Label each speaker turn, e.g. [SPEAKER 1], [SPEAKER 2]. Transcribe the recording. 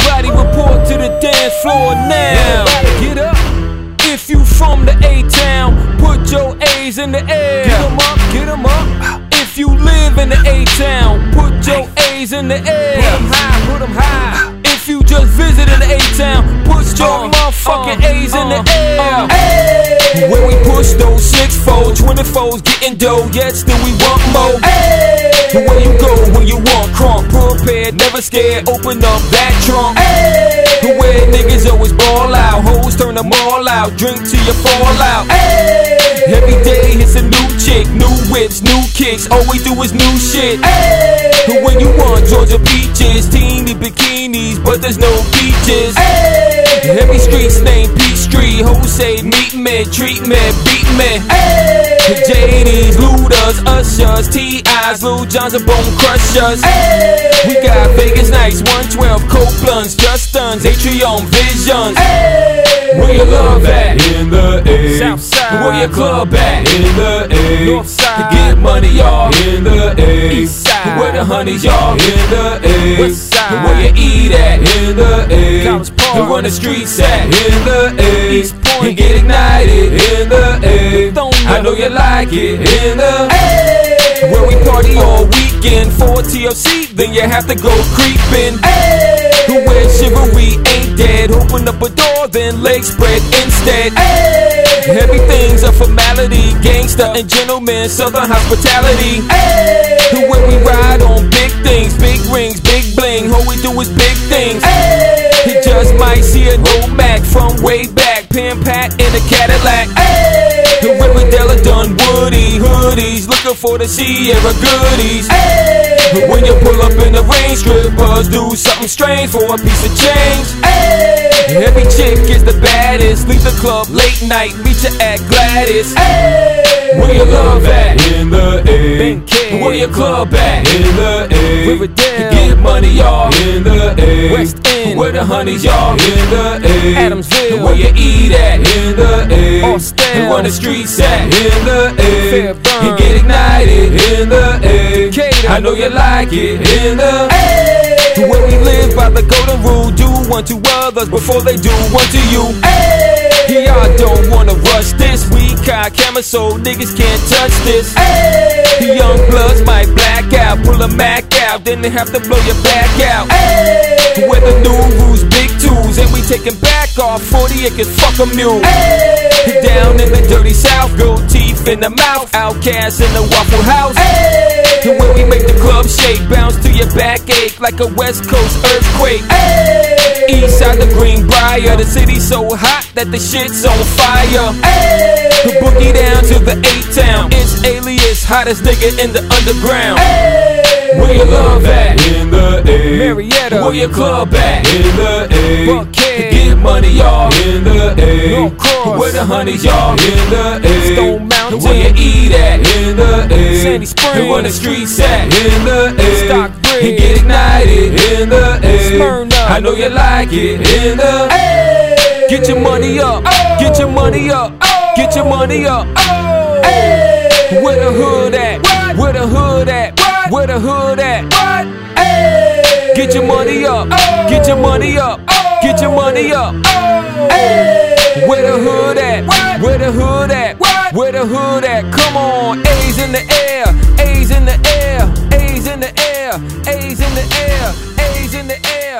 [SPEAKER 1] report to the dance floor now. Get up. If you from the A town, put your A's in the air. Get 'em up, get 'em up. If you live in the A town, put your A's in the air. Put 'em high, put 'em high. If you just visited the A town, put your motherfucking A's in the air. When we push those six fold, 24s getting dough, yes, then we want more. The way you go when you want crunk, prepared, never scared, open up that trunk. The way niggas always ball out, hoes turn them all out, drink till you fall out. Every day it's a new chick, new whips, new kicks, all we do is new shit. But when you want Georgia peaches, teeny bikinis, but there's no peaches. Every street's named Peachtree, hoes say meet me, treat me, beat me. The JDs, Ludas, Ushers, TIs, Lil Johns, and Bone Crushers. We got Vegas Nights, 112, Coke Blunts, Just Stuns, Atrium Visions. Where your love at? In the A. Southside. Where your club at? In the A. Northside. Get money, y'all. In the A. Eastside. Where the honeys, y'all. In the A. Westside. Where you eat at? In the A. College Park. And run the streets at? In the A. East Point. And get ignited? In the A. I know you like it. In the A. Where we party all weekend for TLC, then you have to go creeping. Who where chivalry ain't dead. Open up a door, then legs spread instead. Everything's a formality. Gangster and gentleman, southern hospitality. Who where we ride on big things, big rings, big bling. All we do is big things. You just might see an old Mac from way back. Pin Pat in a Cadillac. The Riverdale done Woody hoodies. Looking for the Sierra goodies. But when you pull up in the rain, strippers do something strange for a piece of change. Every chick is the baddest. Leave the club late night, meet you at Gladys. Where your love at? In the A. Where your club at? In the A. Riverdale. Get money, y'all. In the A. West End. Where the honeys, y'all. In the A. Adamsville. Where you eat at? In the A. Austin. Where the streets at? In the A. Fairburn. You get ignited? In the A. Decatur. I know you like it. In the A. To where we live by the golden rule. Do unto others before they do unto you. Y'all don't wanna rush this. We got cameras so niggas can't touch this. The Young bloods might black out, pull a Mac out, then they have to blow your back out. With the new rules, big twos, and we taking back off 40 acres, fuck a mule. Down in the dirty south, gold teeth in the mouth, outcast in the Waffle House. To where we make the club shake, bounce to your backache like a West Coast earthquake. East side the Greenbrier, the city so hot that the shit's on fire. The boogie down to the A town, it's alias hottest nigga in the underground. Where your love at? In the A. Marietta. Where your club at? In the A. Buckhead. Get money, y'all. In the A. Where the honeys, y'all. In the A. Stone Mountain. Where you eat at? In the A. Sandy Springs. And where the streets at? In the A. Stockbridge. And get ignited. In the A. Smyrna. I know you like it. In the A. Get your money up. Get your money up. Get your money up. Where the hood at? Where the hood at? Where the hood at? Get your money up. Get your money up. Get your money up. Where the hood at? Where the hood at? Where the hood at? Come on, A's in the air, A's in the air, A's in the air, A's in the air, A's in the air.